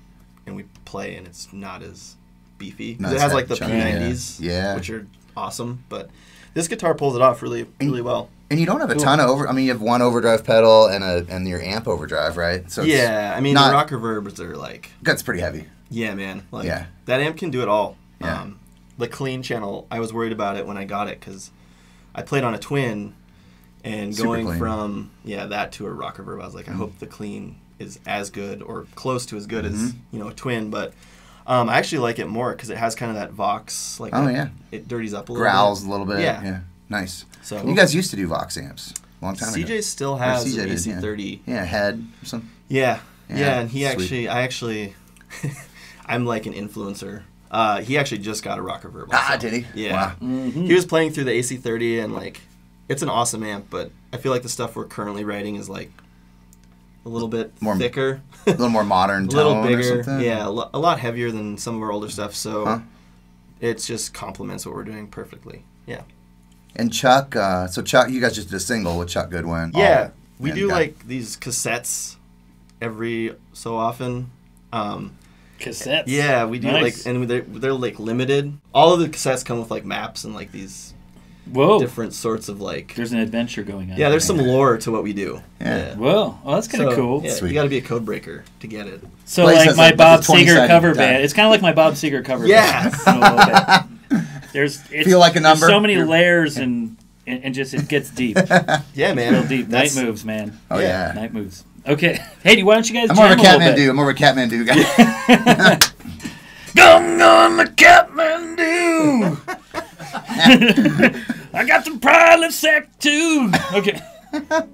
[SPEAKER 3] and we play, and it's not as beefy. 'Cause
[SPEAKER 1] Not
[SPEAKER 3] it
[SPEAKER 1] as
[SPEAKER 3] has like the
[SPEAKER 1] heavy, yeah.
[SPEAKER 3] P90s,
[SPEAKER 1] Yeah.
[SPEAKER 3] which are awesome. But this guitar pulls it off really, really well.
[SPEAKER 1] And you don't have a ton of over. I mean, you have one overdrive pedal and a and your amp overdrive, right? So it's-
[SPEAKER 3] Yeah, I mean,
[SPEAKER 1] not-
[SPEAKER 3] the rocker verbs are like
[SPEAKER 1] that's pretty heavy.
[SPEAKER 3] Yeah, man. Like,
[SPEAKER 1] Yeah.
[SPEAKER 3] That amp can do it all.
[SPEAKER 1] Yeah.
[SPEAKER 3] Um, the clean channel, I was worried about it when I got it because I played on a twin, and
[SPEAKER 1] Super
[SPEAKER 3] going
[SPEAKER 1] clean. Mm-hmm.
[SPEAKER 3] from yeah that to a rock reverb, I was like, I hope the clean is as good or close to as good
[SPEAKER 1] Mm-hmm.
[SPEAKER 3] as you know a twin, but. Um, I actually like it more because it has kind of that vox, like
[SPEAKER 1] Oh,
[SPEAKER 3] that-
[SPEAKER 1] yeah.
[SPEAKER 3] it dirties up a little,
[SPEAKER 1] Growls
[SPEAKER 3] bit.
[SPEAKER 1] a little bit.
[SPEAKER 3] Yeah.
[SPEAKER 1] Yeah. Nice.
[SPEAKER 3] So-
[SPEAKER 1] you guys used to do Vox amps a long time ago.
[SPEAKER 3] CJ still has
[SPEAKER 1] CJ
[SPEAKER 3] an
[SPEAKER 1] did, yeah.
[SPEAKER 3] AC30,
[SPEAKER 1] Yeah, head or something.
[SPEAKER 3] Yeah. Yeah,
[SPEAKER 1] Yeah,
[SPEAKER 3] and he
[SPEAKER 1] sweet.
[SPEAKER 3] actually I actually (laughs) I'm like an influencer. Uh, he actually just got a rocker verb.
[SPEAKER 1] Ah,
[SPEAKER 3] also.
[SPEAKER 1] did he?
[SPEAKER 3] Yeah.
[SPEAKER 1] Wow.
[SPEAKER 3] He was playing through the AC30 and like it's an awesome amp, but I feel like the stuff we're currently writing is like a little bit
[SPEAKER 1] More-
[SPEAKER 3] thicker,
[SPEAKER 1] A (laughs) little more modern
[SPEAKER 3] a
[SPEAKER 1] tone
[SPEAKER 3] little
[SPEAKER 1] or
[SPEAKER 3] bigger.
[SPEAKER 1] something.
[SPEAKER 3] Yeah, a, lo- a lot heavier than some of our older stuff, so
[SPEAKER 1] Huh.
[SPEAKER 3] it's just complements what we're doing perfectly. Yeah.
[SPEAKER 1] And Chuck, uh, so Chuck, you guys just did a single with Chuck Goodwin.
[SPEAKER 3] Yeah,
[SPEAKER 1] All-
[SPEAKER 3] we
[SPEAKER 1] and
[SPEAKER 3] do
[SPEAKER 1] got-
[SPEAKER 3] like these cassettes every so often. Um,
[SPEAKER 2] Cassettes.
[SPEAKER 3] yeah, we do
[SPEAKER 2] Nice.
[SPEAKER 3] like, and they're, they're like limited. All of the cassettes come with like maps and like these
[SPEAKER 2] Whoa.
[SPEAKER 3] different sorts of like.
[SPEAKER 2] There's an adventure going on.
[SPEAKER 3] Yeah, there's some lore to what we do.
[SPEAKER 1] Yeah.
[SPEAKER 2] Whoa. Oh, that's kind of
[SPEAKER 3] So,
[SPEAKER 2] cool.
[SPEAKER 3] Yeah,
[SPEAKER 1] Sweet.
[SPEAKER 3] You got to be a code breaker to get it.
[SPEAKER 2] So
[SPEAKER 1] Place
[SPEAKER 2] like
[SPEAKER 1] has,
[SPEAKER 2] my
[SPEAKER 1] like,
[SPEAKER 2] Bob
[SPEAKER 1] the 20
[SPEAKER 2] Seger
[SPEAKER 1] sided
[SPEAKER 2] cover
[SPEAKER 1] die.
[SPEAKER 2] band. It's kind of like my Bob Seger cover
[SPEAKER 3] Yes.
[SPEAKER 2] band. in a
[SPEAKER 1] (laughs)
[SPEAKER 2] little bit. There's it's,
[SPEAKER 1] Feel like a
[SPEAKER 2] there's
[SPEAKER 1] number?
[SPEAKER 2] so many
[SPEAKER 1] You're-
[SPEAKER 2] layers and, and and just it gets
[SPEAKER 1] (laughs)
[SPEAKER 2] deep,
[SPEAKER 3] Yeah, man.
[SPEAKER 2] real deep. Night
[SPEAKER 3] That's-
[SPEAKER 2] moves, man.
[SPEAKER 1] Oh
[SPEAKER 3] Yeah.
[SPEAKER 1] yeah.
[SPEAKER 2] Night moves. Okay, (laughs) Hey, why don't you guys jam
[SPEAKER 1] I'm more of a
[SPEAKER 2] little
[SPEAKER 1] Catman
[SPEAKER 2] bit?
[SPEAKER 1] dude. I'm more of a Catman dude guy.
[SPEAKER 2] (laughs) Going on the Kathmandu. (laughs) I got some Prilosec too.
[SPEAKER 1] (laughs)
[SPEAKER 2] Okay,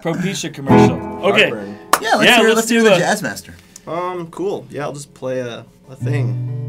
[SPEAKER 2] Propecia commercial. Okay.
[SPEAKER 3] Heartburn.
[SPEAKER 1] yeah, let's
[SPEAKER 2] Yeah,
[SPEAKER 1] hear.
[SPEAKER 2] let's
[SPEAKER 1] Let's,
[SPEAKER 2] do
[SPEAKER 1] hear the
[SPEAKER 2] a-
[SPEAKER 1] jazz master.
[SPEAKER 3] Um, cool. Yeah, I'll just play a, a thing.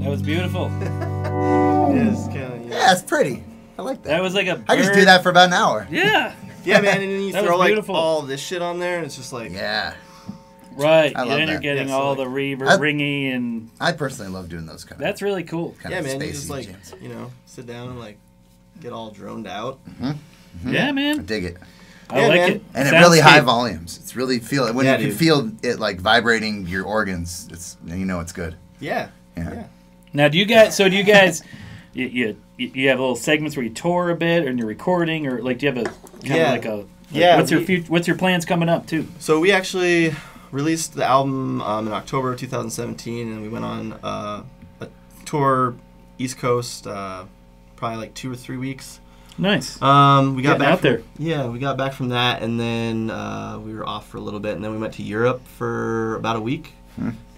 [SPEAKER 2] That was beautiful.
[SPEAKER 3] Yeah, it's kinda,
[SPEAKER 1] Yeah,
[SPEAKER 3] yeah.
[SPEAKER 1] it's pretty. I like that.
[SPEAKER 2] That was like a. Bird.
[SPEAKER 1] I just do that for about an hour.
[SPEAKER 2] Yeah.
[SPEAKER 3] yeah, man. And then
[SPEAKER 2] (laughs)
[SPEAKER 3] you
[SPEAKER 2] That was
[SPEAKER 3] throw like
[SPEAKER 2] beautiful.
[SPEAKER 3] all this shit on there, and it's just like,
[SPEAKER 1] Yeah,
[SPEAKER 2] Right.
[SPEAKER 1] I
[SPEAKER 2] and
[SPEAKER 1] love
[SPEAKER 2] then you're
[SPEAKER 1] that.
[SPEAKER 2] getting
[SPEAKER 3] Yeah, so
[SPEAKER 2] all
[SPEAKER 3] like-
[SPEAKER 2] the reverb,
[SPEAKER 1] I-
[SPEAKER 2] ringy, and
[SPEAKER 1] I personally love doing those kind of.
[SPEAKER 2] that's really cool.
[SPEAKER 1] kind
[SPEAKER 3] yeah,
[SPEAKER 1] of
[SPEAKER 3] man. You
[SPEAKER 1] spacey
[SPEAKER 3] just like,
[SPEAKER 1] jams.
[SPEAKER 3] you know, sit down and like get all droned out.
[SPEAKER 2] Yeah,
[SPEAKER 1] I
[SPEAKER 2] man.
[SPEAKER 1] dig it,
[SPEAKER 2] I
[SPEAKER 3] Yeah,
[SPEAKER 2] like
[SPEAKER 3] man.
[SPEAKER 2] it.
[SPEAKER 1] Hmm? and at really
[SPEAKER 2] Soundscape.
[SPEAKER 1] high volumes. It's really feel when
[SPEAKER 3] Yeah,
[SPEAKER 1] you can
[SPEAKER 3] dude.
[SPEAKER 1] feel it like vibrating your organs. It's you know it's good.
[SPEAKER 3] Yeah.
[SPEAKER 1] Yeah.
[SPEAKER 3] Yeah.
[SPEAKER 2] Now, do you guys? So, do you guys? (laughs) you, you you have little segments where you tour a bit, and you're recording, or like, do you have a kind
[SPEAKER 3] Yeah.
[SPEAKER 2] of like a like,
[SPEAKER 3] Yeah,
[SPEAKER 2] What's your
[SPEAKER 3] we-
[SPEAKER 2] future? What's your plans coming up too?
[SPEAKER 3] So we actually released the album um, in October of 2017, and we went on uh, a tour East Coast, uh, probably like two or three weeks.
[SPEAKER 2] Nice.
[SPEAKER 1] Oh,
[SPEAKER 3] Um, we got
[SPEAKER 2] Getting
[SPEAKER 3] back
[SPEAKER 2] out
[SPEAKER 3] from-
[SPEAKER 2] there.
[SPEAKER 3] Yeah, we got back from that, and then uh, we were off for a little bit, and then we went to Europe for about a week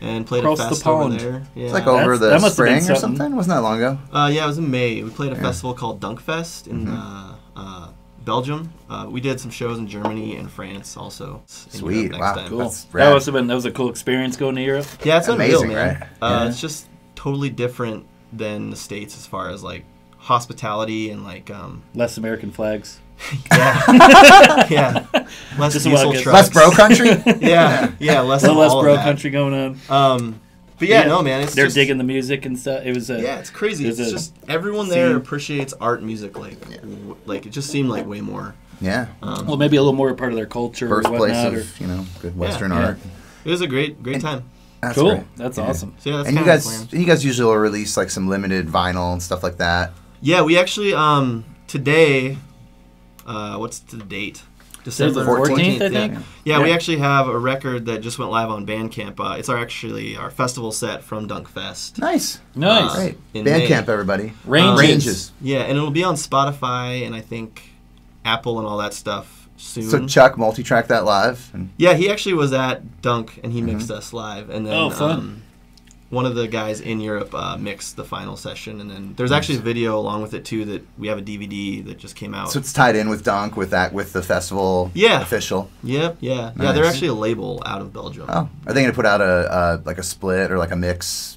[SPEAKER 3] and played
[SPEAKER 2] Across the
[SPEAKER 3] a festival
[SPEAKER 2] pond.
[SPEAKER 3] there. Yeah.
[SPEAKER 1] Hmm. It's like over
[SPEAKER 2] That's-
[SPEAKER 1] the
[SPEAKER 2] that must have been
[SPEAKER 1] spring or
[SPEAKER 2] something.
[SPEAKER 1] something. Wasn't that long ago?
[SPEAKER 3] Uh, yeah, it was in May. We played a festival called Dunkfest in
[SPEAKER 1] Mm-hmm.
[SPEAKER 3] uh, uh, Belgium. Uh, we did some shows in Germany and France also. in Europe
[SPEAKER 1] Sweet.
[SPEAKER 3] next
[SPEAKER 1] Wow.
[SPEAKER 3] time.
[SPEAKER 1] Cool. That's
[SPEAKER 2] That
[SPEAKER 1] rad.
[SPEAKER 2] must have been that was a cool experience going to Europe.
[SPEAKER 3] Yeah, it's unreal,
[SPEAKER 1] Amazing,
[SPEAKER 3] man.
[SPEAKER 1] right?
[SPEAKER 3] Uh,
[SPEAKER 1] Yeah.
[SPEAKER 3] It's just totally different than the states as far as like hospitality and like um
[SPEAKER 2] Less American
[SPEAKER 1] (laughs)
[SPEAKER 2] flags.
[SPEAKER 3] yeah (laughs)
[SPEAKER 2] (laughs)
[SPEAKER 3] yeah less
[SPEAKER 2] Just a lot
[SPEAKER 3] diesel
[SPEAKER 2] of good-
[SPEAKER 3] trucks
[SPEAKER 1] Less bro country.
[SPEAKER 2] (laughs)
[SPEAKER 3] yeah (laughs) yeah less
[SPEAKER 2] A little
[SPEAKER 3] of
[SPEAKER 2] less
[SPEAKER 3] all of
[SPEAKER 2] bro
[SPEAKER 3] that.
[SPEAKER 2] country going on.
[SPEAKER 3] um but yeah, no man it's
[SPEAKER 2] They're
[SPEAKER 3] just,
[SPEAKER 2] digging the music and stuff. It was a
[SPEAKER 3] yeah it's crazy
[SPEAKER 2] There's
[SPEAKER 3] it's
[SPEAKER 2] a
[SPEAKER 3] just everyone there
[SPEAKER 2] scene.
[SPEAKER 3] appreciates art and music like w- like it just seemed like way more
[SPEAKER 1] yeah.
[SPEAKER 2] well, maybe a little more a part of their culture. or
[SPEAKER 1] Birthplace
[SPEAKER 2] whatnot, or-
[SPEAKER 1] of you know good Western
[SPEAKER 2] yeah.
[SPEAKER 1] art.
[SPEAKER 3] it was a great great time
[SPEAKER 1] That's
[SPEAKER 2] cool.
[SPEAKER 1] great.
[SPEAKER 2] That's
[SPEAKER 1] Yeah.
[SPEAKER 2] awesome.
[SPEAKER 3] so yeah that's
[SPEAKER 1] and you
[SPEAKER 3] kinda the
[SPEAKER 1] guys,
[SPEAKER 3] plan.
[SPEAKER 1] you guys usually will release like some limited vinyl and stuff like that.
[SPEAKER 3] yeah we actually um today uh what's the date December
[SPEAKER 2] 14th, I think?
[SPEAKER 3] yeah. Yeah, we
[SPEAKER 2] Yeah.
[SPEAKER 3] actually have a record that just went live on Bandcamp. Uh, it's our actually our festival set from Dunkfest.
[SPEAKER 1] Nice.
[SPEAKER 2] Nice.
[SPEAKER 3] Uh,
[SPEAKER 1] Great.
[SPEAKER 3] in
[SPEAKER 1] Bandcamp,
[SPEAKER 3] May.
[SPEAKER 1] everybody.
[SPEAKER 2] Ranges.
[SPEAKER 1] Ranges.
[SPEAKER 3] Yeah, and it'll be on Spotify and I think Apple and all that stuff soon.
[SPEAKER 1] So Chuck multi-tracked that live. And
[SPEAKER 3] yeah, he actually was at Dunk and he mixed
[SPEAKER 1] Mm-hmm.
[SPEAKER 3] us live, and then
[SPEAKER 2] Oh, fun.
[SPEAKER 3] um, one of the guys in Europe uh, mixed the final session, and then there's actually a video along with it too that we have a DVD that just came out.
[SPEAKER 1] so it's tied in with Donk with that with the festival.
[SPEAKER 3] Yeah.
[SPEAKER 1] Official.
[SPEAKER 3] yep, yeah, yeah. They're
[SPEAKER 1] Nice.
[SPEAKER 3] actually a label out of Belgium.
[SPEAKER 1] Oh, are they going to put out a uh, like a split or like a mix?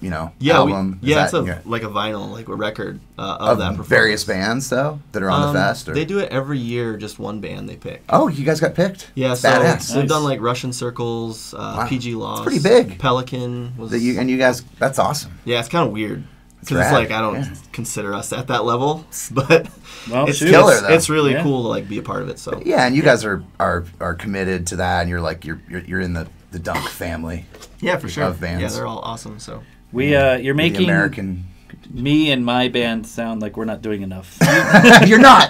[SPEAKER 1] You know,
[SPEAKER 3] Yeah, we-
[SPEAKER 1] album. Is
[SPEAKER 3] yeah,
[SPEAKER 1] that-
[SPEAKER 3] it's a, like a vinyl, like a record uh, of,
[SPEAKER 1] of
[SPEAKER 3] that performance.
[SPEAKER 1] various bands though that are on
[SPEAKER 3] Um,
[SPEAKER 1] the fest. Or...
[SPEAKER 3] They do it every year, just one band they pick.
[SPEAKER 1] Oh, you guys got picked.
[SPEAKER 3] Yeah,
[SPEAKER 1] That's
[SPEAKER 3] so
[SPEAKER 1] badass.
[SPEAKER 3] they've
[SPEAKER 2] Nice.
[SPEAKER 3] done like Russian Circles, uh,
[SPEAKER 1] Wow.
[SPEAKER 3] PG Laws.
[SPEAKER 1] pretty big.
[SPEAKER 3] Pelican was.
[SPEAKER 1] That you and you guys. That's awesome.
[SPEAKER 3] yeah, it's kind of weird. Because it's
[SPEAKER 1] Rad,
[SPEAKER 3] like I don't
[SPEAKER 1] yeah.
[SPEAKER 3] consider us at that level, (laughs) but
[SPEAKER 2] Well,
[SPEAKER 3] it's
[SPEAKER 2] shoot.
[SPEAKER 1] killer,
[SPEAKER 3] it's-
[SPEAKER 1] though.
[SPEAKER 3] It's really
[SPEAKER 2] Yeah.
[SPEAKER 3] cool to like be a part of it. So
[SPEAKER 1] Yeah, and you guys are, are are committed to that, and you're like you're you're, you're in the the dunk family,
[SPEAKER 3] yeah, for sure.
[SPEAKER 1] love bands.
[SPEAKER 3] Yeah, they're all awesome. So
[SPEAKER 2] We uh, you're
[SPEAKER 1] the
[SPEAKER 2] making
[SPEAKER 1] American. (laughs)
[SPEAKER 2] me and my band sound like we're not doing enough.
[SPEAKER 1] (laughs) you're not.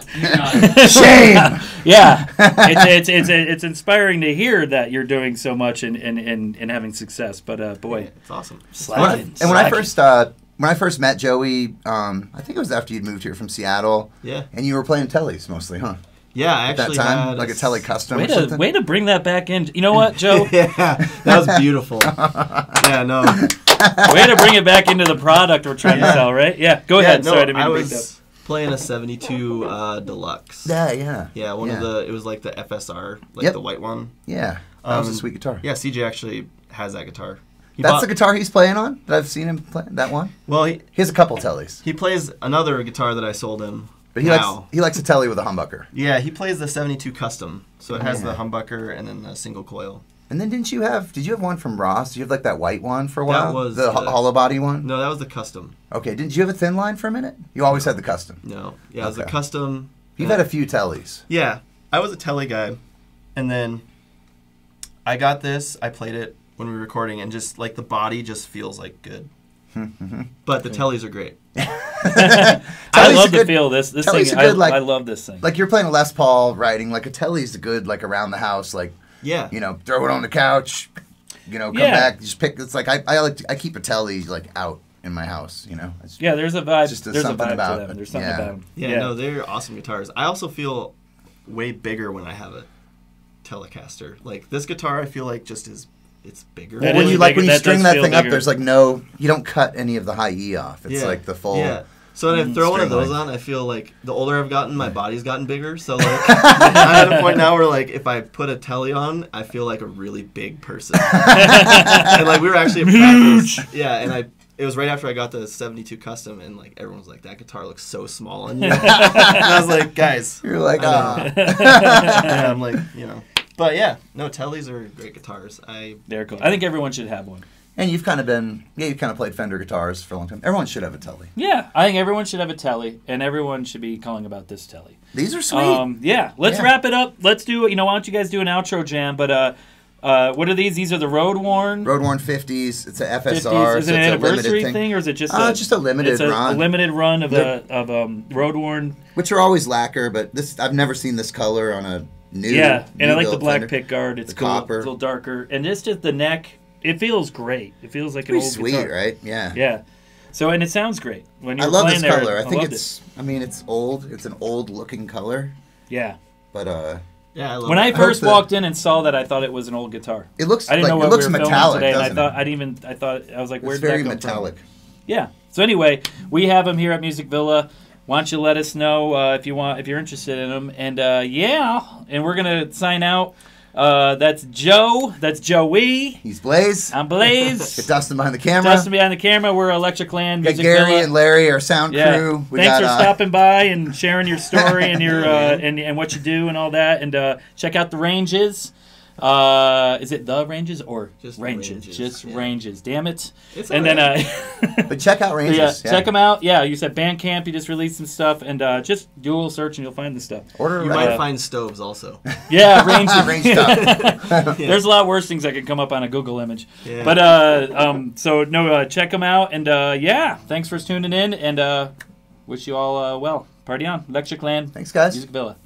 [SPEAKER 1] Shame.
[SPEAKER 2] (laughs) yeah, it's, it's it's it's inspiring to hear that you're doing so much and and, and, and having success. But uh, boy,
[SPEAKER 3] it's awesome.
[SPEAKER 1] When I- and when I first uh, when I first met Joey, um, I think it was after you'd moved here from Seattle,
[SPEAKER 3] Yeah,
[SPEAKER 1] and you were playing tellies mostly, huh?
[SPEAKER 3] yeah. I
[SPEAKER 1] At that
[SPEAKER 3] actually
[SPEAKER 1] time,
[SPEAKER 3] had
[SPEAKER 1] like a
[SPEAKER 3] s-
[SPEAKER 1] tele custom
[SPEAKER 2] way
[SPEAKER 1] or
[SPEAKER 2] to
[SPEAKER 1] something.
[SPEAKER 2] way to bring that back in. You know what, Joe?
[SPEAKER 3] (laughs) yeah, that
[SPEAKER 1] (laughs)
[SPEAKER 3] was beautiful. yeah, no.
[SPEAKER 2] way to bring it back into the product we're trying to sell, right? Yeah, go
[SPEAKER 3] yeah,
[SPEAKER 2] ahead.
[SPEAKER 3] no,
[SPEAKER 2] Sorry, I didn't mean
[SPEAKER 3] I
[SPEAKER 2] to break that.
[SPEAKER 3] was playing a '72 uh, deluxe.
[SPEAKER 1] (laughs) Yeah, yeah,
[SPEAKER 3] Yeah, one
[SPEAKER 1] Yeah.
[SPEAKER 3] of the it was like the FSR, like
[SPEAKER 1] Yep.
[SPEAKER 3] the white one.
[SPEAKER 1] yeah. That was a
[SPEAKER 3] Um,
[SPEAKER 1] sweet guitar.
[SPEAKER 3] Yeah, CJ actually has that guitar. He
[SPEAKER 1] That's
[SPEAKER 3] bought-
[SPEAKER 1] the guitar he's playing on that I've seen him play. That one.
[SPEAKER 3] Well, he,
[SPEAKER 1] He has a couple tellies,
[SPEAKER 3] he plays another guitar that I sold him.
[SPEAKER 1] but he
[SPEAKER 3] now.
[SPEAKER 1] likes he likes a telly with a humbucker.
[SPEAKER 3] Yeah, he plays the 72 custom. So it has
[SPEAKER 1] Yeah.
[SPEAKER 3] the humbucker and then the single coil.
[SPEAKER 1] And then didn't you have? Did you have one from Ross? Did you have like that white one for a while?
[SPEAKER 3] was
[SPEAKER 1] the, ho-
[SPEAKER 3] the-
[SPEAKER 1] hollow body one.
[SPEAKER 3] No, that was the custom.
[SPEAKER 1] Okay, didn't you have a thin line for a minute? You always had the custom.
[SPEAKER 3] No. Yeah, it was the
[SPEAKER 1] Okay.
[SPEAKER 3] custom.
[SPEAKER 1] You've
[SPEAKER 3] Yeah.
[SPEAKER 1] had a few tellies.
[SPEAKER 3] Yeah. I was a tele guy. And then I got this, I played it when we were recording and just like the body just feels like
[SPEAKER 1] (laughs)
[SPEAKER 3] good. but the tellies are great.
[SPEAKER 2] I
[SPEAKER 1] Telly's a
[SPEAKER 2] love the
[SPEAKER 1] good-
[SPEAKER 2] feel. of This this
[SPEAKER 1] Telly's
[SPEAKER 2] thing.
[SPEAKER 1] a
[SPEAKER 2] I,
[SPEAKER 1] good, like-
[SPEAKER 2] I love this thing.
[SPEAKER 1] Like you're playing a Les Paul riding like a telly's good like around the house like
[SPEAKER 3] Yeah.
[SPEAKER 1] you know throw it on the couch, you know come
[SPEAKER 2] Yeah.
[SPEAKER 1] back just pick. It's like I, I like to, I keep a telly like out in my house. You know. It's-
[SPEAKER 2] yeah, there's a vibe.
[SPEAKER 1] Just
[SPEAKER 2] there's a
[SPEAKER 1] something
[SPEAKER 2] vibe
[SPEAKER 1] about
[SPEAKER 2] to them.
[SPEAKER 1] it.
[SPEAKER 2] There's something
[SPEAKER 1] Yeah.
[SPEAKER 2] about them.
[SPEAKER 3] yeah, no, they're awesome guitars. I also feel way bigger when I have a Telecaster. Like this guitar I feel like just is it's bigger.
[SPEAKER 2] That
[SPEAKER 1] Well, when
[SPEAKER 2] is
[SPEAKER 1] you like
[SPEAKER 2] bigger.
[SPEAKER 1] when you
[SPEAKER 2] That
[SPEAKER 1] string
[SPEAKER 2] does
[SPEAKER 1] that
[SPEAKER 2] feel
[SPEAKER 1] thing up,
[SPEAKER 2] bigger.
[SPEAKER 1] there's like no, you don't cut any of the high E off. It's like the full.
[SPEAKER 3] Yeah. So when I throw one of
[SPEAKER 1] string
[SPEAKER 3] those
[SPEAKER 1] length.
[SPEAKER 3] on, I feel like the older I've gotten, my body's gotten
[SPEAKER 1] (laughs)
[SPEAKER 3] bigger. So like, I'm at a point now where like if I put a telly on, I feel like a really
[SPEAKER 1] (laughs)
[SPEAKER 3] big person. and like we were actually at practice. Yeah, and I it was right after I got the 72 custom, and like everyone was like, "That guitar looks so small
[SPEAKER 1] (laughs)
[SPEAKER 3] on you." and I was like, "Guys,"
[SPEAKER 1] You're like ah.
[SPEAKER 2] (laughs)
[SPEAKER 3] and I'm like, you know. But yeah, no, tellies are great guitars. I
[SPEAKER 2] They're cool. I think everyone should have one.
[SPEAKER 1] And you've kind of been, yeah, you've kind of played Fender guitars for a long time. Everyone should have a Telly.
[SPEAKER 2] Yeah, I think everyone should have a telly, and everyone should be calling about this telly.
[SPEAKER 1] These are sweet.
[SPEAKER 2] Um, yeah, let's
[SPEAKER 1] Yeah.
[SPEAKER 2] wrap it up. Let's do. You know, why don't you guys do an outro jam? But uh, uh, what are these? These are the road worn.
[SPEAKER 1] Road worn 50s. It's a FSR.
[SPEAKER 2] 50s.
[SPEAKER 1] so
[SPEAKER 2] is
[SPEAKER 1] it's
[SPEAKER 2] it an
[SPEAKER 1] a
[SPEAKER 2] anniversary
[SPEAKER 1] limited
[SPEAKER 2] thing.
[SPEAKER 1] thing,
[SPEAKER 2] or is it just
[SPEAKER 1] Uh,
[SPEAKER 2] a,
[SPEAKER 1] just a limited
[SPEAKER 2] it's a,
[SPEAKER 1] run.
[SPEAKER 2] A limited run of
[SPEAKER 1] They're-
[SPEAKER 2] a of um, road worn.
[SPEAKER 1] which are always lacquer, but this I've never seen this color on a new.
[SPEAKER 2] Yeah, and I like the
[SPEAKER 1] new-built
[SPEAKER 2] black
[SPEAKER 1] Fender.
[SPEAKER 2] pick guard. It's
[SPEAKER 1] The
[SPEAKER 2] cool.
[SPEAKER 1] copper.
[SPEAKER 2] It's a little darker, and this just the neck. It feels great. It feels like an
[SPEAKER 1] Pretty
[SPEAKER 2] old
[SPEAKER 1] sweet,
[SPEAKER 2] guitar.
[SPEAKER 1] right? Yeah.
[SPEAKER 2] Yeah. So and it sounds great when
[SPEAKER 1] I
[SPEAKER 2] you're
[SPEAKER 1] love
[SPEAKER 2] playing
[SPEAKER 1] this
[SPEAKER 2] there.
[SPEAKER 1] color. I think
[SPEAKER 2] loved
[SPEAKER 1] it's, I mean, it's old. It's an old looking color,
[SPEAKER 2] it. yeah.
[SPEAKER 1] but uh,
[SPEAKER 3] yeah, I love
[SPEAKER 2] When I
[SPEAKER 3] that.
[SPEAKER 1] hope
[SPEAKER 2] first
[SPEAKER 1] that-
[SPEAKER 2] walked in and saw that, I thought it was an old guitar.
[SPEAKER 1] it looks
[SPEAKER 2] I didn't
[SPEAKER 1] like
[SPEAKER 2] know
[SPEAKER 1] it
[SPEAKER 2] what
[SPEAKER 1] looks
[SPEAKER 2] we were filming
[SPEAKER 1] metallic,
[SPEAKER 2] today, and I
[SPEAKER 1] doesn't
[SPEAKER 2] thought
[SPEAKER 1] it?
[SPEAKER 2] I didn't even I thought I was like, where
[SPEAKER 1] It's
[SPEAKER 2] did
[SPEAKER 1] very
[SPEAKER 2] that come
[SPEAKER 1] metallic.
[SPEAKER 2] from? Yeah. So anyway, we have them here at Music Villa. Why don't you let us know uh, if you want if you're interested in them? And uh, yeah, and we're gonna sign out. Uh, that's Joe. That's Joey.
[SPEAKER 1] He's Blaze.
[SPEAKER 2] I'm
[SPEAKER 1] (laughs)
[SPEAKER 2] Blaze.
[SPEAKER 1] Get Dustin behind the camera.
[SPEAKER 2] Dustin behind the camera. We're Electric Land
[SPEAKER 1] We got
[SPEAKER 2] Music
[SPEAKER 1] Gary
[SPEAKER 2] Villa.
[SPEAKER 1] and Larry, our sound
[SPEAKER 2] yeah.
[SPEAKER 1] crew. We
[SPEAKER 2] Thanks
[SPEAKER 1] got,
[SPEAKER 2] for
[SPEAKER 1] uh,
[SPEAKER 2] stopping by and sharing your
[SPEAKER 1] (laughs)
[SPEAKER 2] story and your uh, and, and what you do and all that. And uh, check out the ranges. Uh, is it the ranges or
[SPEAKER 3] Just
[SPEAKER 2] ranges?
[SPEAKER 3] ranges,
[SPEAKER 2] Just
[SPEAKER 3] yeah.
[SPEAKER 2] ranges. Damn it!
[SPEAKER 3] It's
[SPEAKER 2] and then
[SPEAKER 3] alright.
[SPEAKER 2] uh, (laughs)
[SPEAKER 1] But check out Rangers.
[SPEAKER 2] yeah, check them out. Yeah, you said Bandcamp. You just released some stuff, and uh, just do a little search and you'll find the stuff.
[SPEAKER 1] Order
[SPEAKER 3] you
[SPEAKER 1] right.
[SPEAKER 3] might find stoves
[SPEAKER 2] (laughs)
[SPEAKER 3] also.
[SPEAKER 2] Yeah, ranges.
[SPEAKER 1] (laughs) Range
[SPEAKER 2] (laughs)
[SPEAKER 1] stuff. (laughs)
[SPEAKER 2] There's a lot worse things that could come up on a Google image.
[SPEAKER 3] Yeah.
[SPEAKER 2] But uh, um, so no, uh, check them out, and uh, yeah, thanks for tuning in, and uh, wish you all uh, well. Party on, Electric Land,
[SPEAKER 1] Thanks, guys.
[SPEAKER 2] Music Villa.